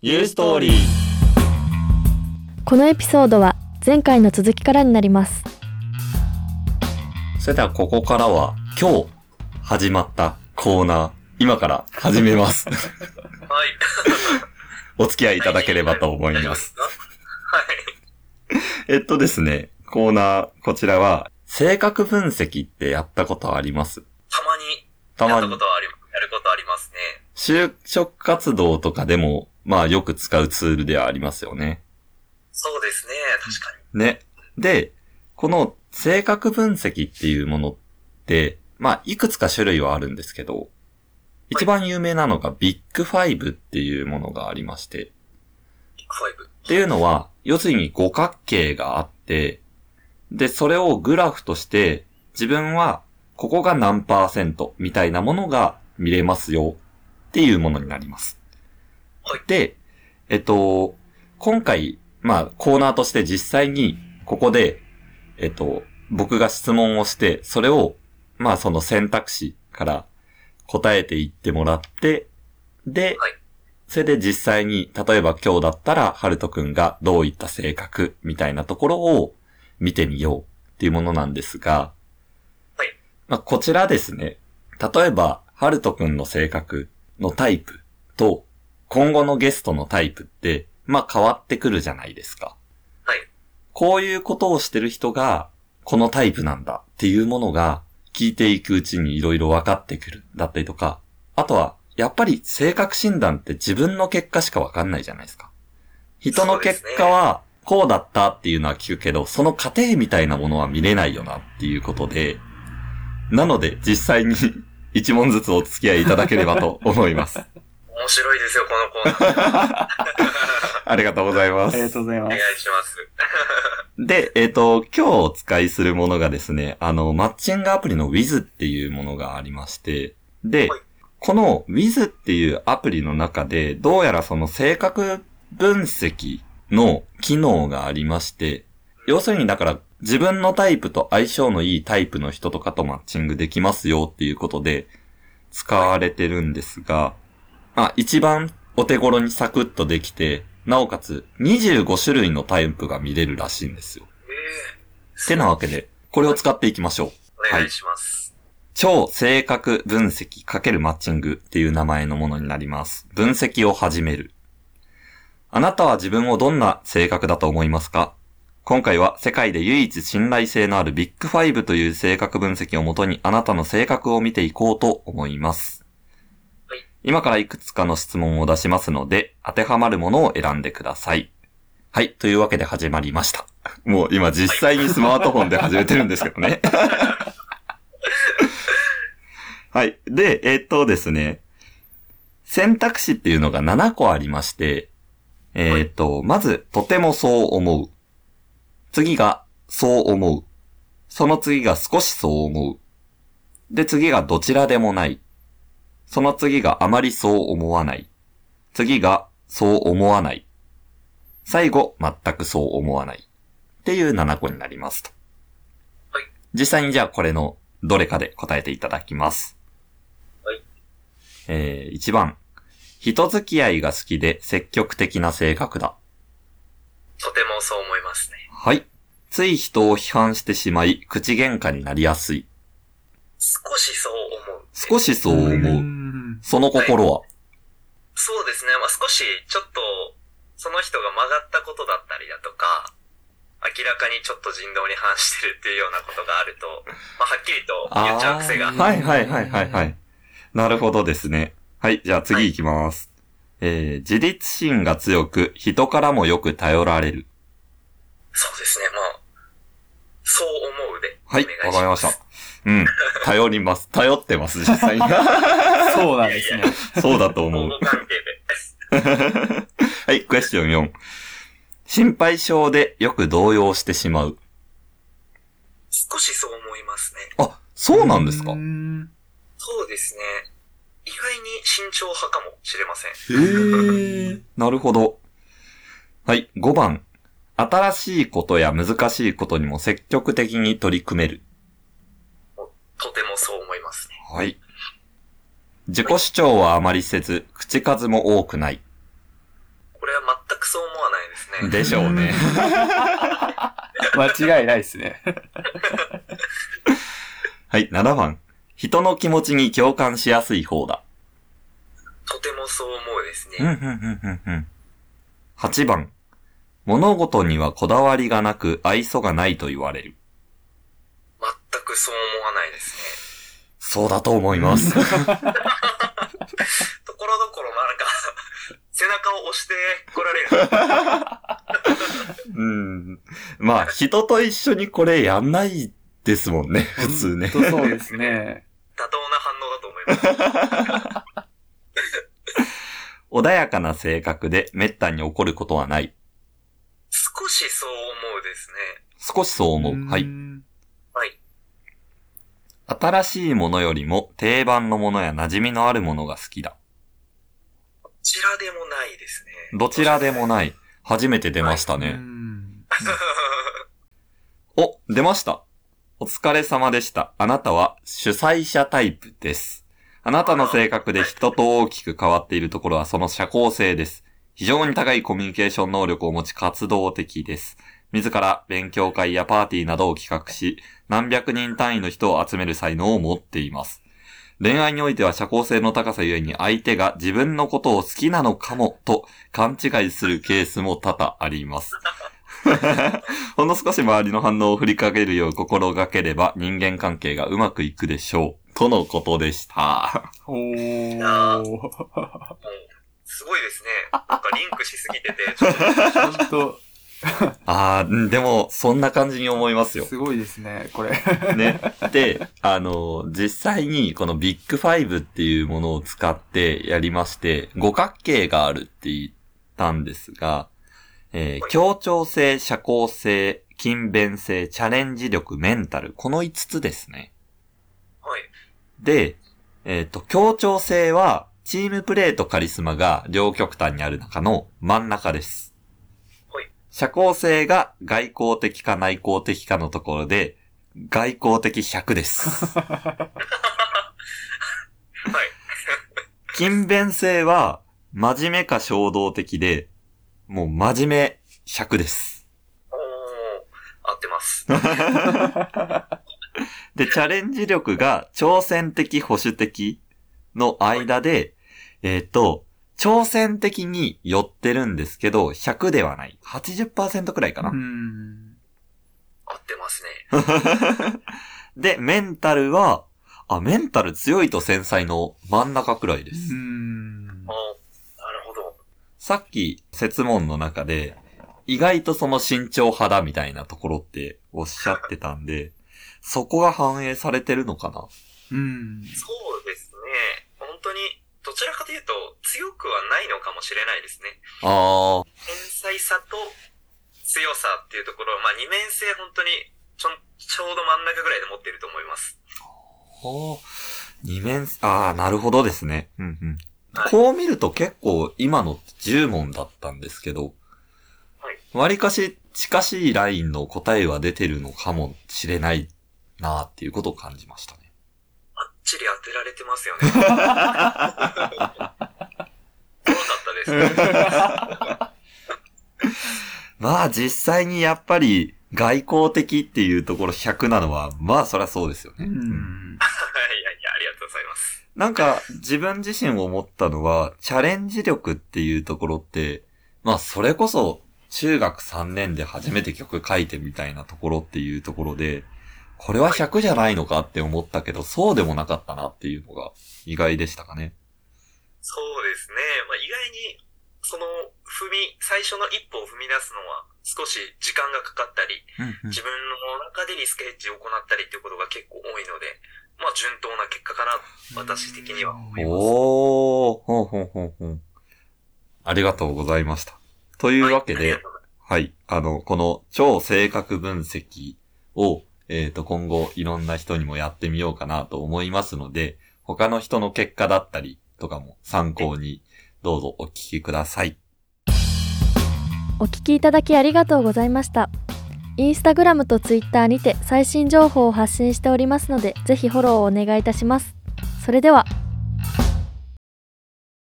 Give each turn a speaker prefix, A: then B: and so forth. A: ユーストーリー
B: このエピソードは前回の続きからになります
A: それではここからは今日始まったコーナー今から始めます
C: はい。
A: お付き合いいただければと思います
C: 大丈
A: えっとですねコーナーこちらは性格分析ってやったことあります
C: 夫です
A: た
C: かは
A: ま
C: い。たまに、やった
A: に
C: ことはあり、やることありますね。
A: 就職活動とかでもまあよく使うツールではありますよね
C: そうですね、確かに。
A: ね。で、この性格分析っていうものって、まあ、いくつか種類はあるんですけど、一番有名なのがビッグファイブっていうものがありまして、
C: ビッグファイブ。
A: っていうのは、要するに五角形があって、で、それをグラフとして、自分はここが何パーセントみたいなものが見れますよっていうものになります。
C: はい
A: で、えっと、今回、まあ、コーナーとして実際にここで、えっと、僕が質問をして、それを、まあ、その選択肢から答えていってもらって、で、
C: はい
A: それで実際に、例えば今日だったら、ハルトくんがどういった性格みたいなところを見てみようっていうものなんですが、
C: はい
A: まあ、こちらですね。例えば、ハルトくんの性格のタイプと、今後のゲストのタイプって、まあ変わってくるじゃないですか。
C: はい
A: こういうことをしてる人が、このタイプなんだっていうものが、聞いていくうちにいろいろ分かってくる。だったりとか、あとは、やっぱり性格診断って自分の結果しか分かんないじゃないですか。人の結果は、こうだったっていうのは聞くけど、その過程みたいなものは見れないよなっていうことで、なので実際に一問ずつお付き合いいただければと思い ます。
C: 面白いですよ、このコーナー。
A: ありがとうございま
D: ありが
A: す。
D: とうござ い
C: お
D: ま
C: 願い
D: す。
C: します。
A: で、えっ、と、今日お使いするものがですね、あの、マッチングアプリの Wiz っていうものがありまして、で
C: はい、
A: この Wiz っていうアプリの中で、どうやらその性格分析の機能がありまして、要するにだから自分のタイプと相性のいいタイプの人とかとマッチングできますよっていうことで使われてるんですが、まあ一番お手頃にサクッとできて、なおかつ25種類のタイプが見れるらしいんですよ。
C: え
A: てなわけで、これを使っていきましょう。
C: ーお願いします。
A: 超性格分析×マッチングっていう名前のものになります。分析を始める。あなたは自分をどんな性格だと思いますか今回は世界で唯一信頼性のあるビッグファイブという性格分析をもとにあなたの性格を見ていこうと思います
C: はい。
A: 今からいくつかの質問を出しますので、当てはまるものを選んでください。はい。というわけで始まりました。もう今実際にスマートフォンで始めてるんですけどね。はい。で、えっとですね。選択肢っていうのが7個ありまして、えっと、まず、とてもそう思う。次が、そう思う。その次が少しそう思う。で、次がどちらでもない。その次があまりそう思わない。次がそう思わない。最後、全くそう思わない。っていう7個になりますと。
C: はい
A: 実際にじゃあこれのどれかで答えていただきます。
C: はい。
A: えー、1番。人付き合いが好きで積極的な性格だ。
C: とてもそう思いますね。
A: はい。つい人を批判してしまい、口喧嘩になりやすい。
C: 少しそう思う。
A: 少しそう思う。
D: ん
A: その心は。
C: そうですね、まあ少し、ちょっと、その人が曲がったことだったりだとか、明らかにちょっと人道に反してるっていうようなことがあると、まあはっきりと言っちゃう癖が。
A: あ
C: は
A: ー
C: い。
A: はいはいはいはいはい。なるほどですね。はい、じゃあ次行きます。えー、自立心が強く、人からもよく頼られる。
C: そうですね、まあ、そう思うで。
A: はい、わかりました。うん。頼ります。頼ってます、実際に。
D: そうなんですね。
A: そうだと思
C: 交
A: う。
C: 互関係で。
A: はい、クエスチョン4。心配性でよく動揺してしまう。
C: 少しそう思いますね。
A: あ、そうなんですか
D: うーん
C: そうですね。意外に慎重派かもしれません。
A: へー。なるほど。はい、5番。新しいことや難しいことにも積極的に取り組める。
C: とてもそう思いますね。
A: はい。自己主張はあまりせず、口数も多くない。でしょうね。
D: 間違いないですね。
A: はい、7番。人の気持ちに共感しやすい方だ。
C: とてもそう思うです
A: うん、うん、うん、
C: ね。
A: うん、うん。8番。物事にはこだわりがなく愛想がないと言われる。
C: 全くそう思わないです
A: そうだと思います。
C: ね。ところどころなんか、 背中を押して来ら れる。
A: うん。まあ、人と一緒にこれやんないですもんね、普通ね。
D: 本当そうですね。
C: 妥当な反応だと思います。
A: 穏やかな性格で滅多に起こることはない。
C: 少しそう思うですね。
A: 少しそう思う。は
D: う
A: い。
D: ん
C: はい。
A: 新しいものよりも定番のものや馴染みのあるものが好きだ。
C: どちらでもないですね。
A: どちらでも
C: い。
A: ない。初めて出ました
D: う
A: ね。
D: ん
A: お、出ました。お疲れ様でした。あなたは主催者タイプです。あなたの性格で人と大きく変わっているところはその社交性です。非常に高いコミュニケーション能力を持ち活動的です。自ら勉強会やパーティーなどを企画し、何百人単位の人を集める才能を持っています。恋愛においては社交性の高さゆえに相手が自分のことを好きなのかもと勘違いするケースも多々あります。ほんの少し周りの反応を振りかけるよう心がければ人間関係がうまくいくでしょう。とのことでした。
D: おー。
C: すごいですね。なんかリンクしすぎてて、ちょっと
D: 本当
A: あーうん、でも、そんな感じに思いますよ。
D: すごいですね、これ。
A: ね。で、あの、実際にこのビッグファイブっていうものを使ってやりまして、五角形があるって言ったんですが、えー協調性、社交性、勤勉性、チャレンジ力、メンタル、この5つですね。
C: はい。
A: で、えっ、と、協調性は、チームプレーとカリスマが両極端にある中の真ん中です。
C: はい
A: 社交性が外交的か内向的かのところで、外交的100です。
C: はい。
A: 勤勉性は、真面目か衝動的で、もう真面目100です。
C: おー、合って ます。
A: で、チャレンジ力が挑戦的保守的の間で、えっ、と、挑戦的に寄ってるんですけど、100ではない。80%くらいかな。
D: うん。
C: 合ってますね。
A: で、メンタルは、あ、メンタル強いと繊細の真ん中くらいです。
D: う
C: お
D: ん
C: ー、なるほど。
A: さっき、説問の中で、意外とその慎重派だみたいなところっておっしゃってたんで、そこが反映されてるのかな
D: うん。
C: そうですね。本当に、どちらかというと、強くはないのかもしれないですね。
A: あー、
C: 繊細さと強さっていうところ、まあ二面性本当にちょ、ちょうど真ん中ぐらいで持っていると思います。
A: ほう二面、あー、なるほどですね。うんうん
C: は。い
A: こう見ると結構今の10問だったんですけど
C: はい、
A: わりかし近しいラインの答えは出てるのかもしれないなーっていうことを感じましたね。
C: ばっちり当てられてますよね。すごかったですね。
A: まあ実際にやっぱり外交的っていうところ100なのは、まあそりゃそうですよ
D: う
A: ね。
D: ん。
C: はい、いやいや、ありがとうございます。
A: なんか自分自身を思ったのは、チャレンジ力っていうところって、まあそれこそ中学3年で初めて曲書いてみたいなところっていうところで、これは100じゃないのかって思ったけど、そうでもなかったなっていうのが意外でしたかね。
C: そうですね。まあ意外に、その、踏み、最初の一歩を踏み出すのは、少し時間がかかったり、自分の中でリスケッチを行ったりっていうことが結構多いので、まあ順当な結果かな、私的には思います。
A: おー、ほんほんほんほん。ありがとうございました。というわけ
C: はいあ
A: で
C: りが、とうござい
A: はい。あの、この超性格分析を、えっ、と、今後いろんな人にもやってみようかなと思いますので、他の人の結果だったりとかも参考にどうぞお聞きください。
B: お聞きいただきありがとうございましたインスタグラムとツイッターにて最新情報を発信しておりますのでぜひフォローをお願いいたしますそれでは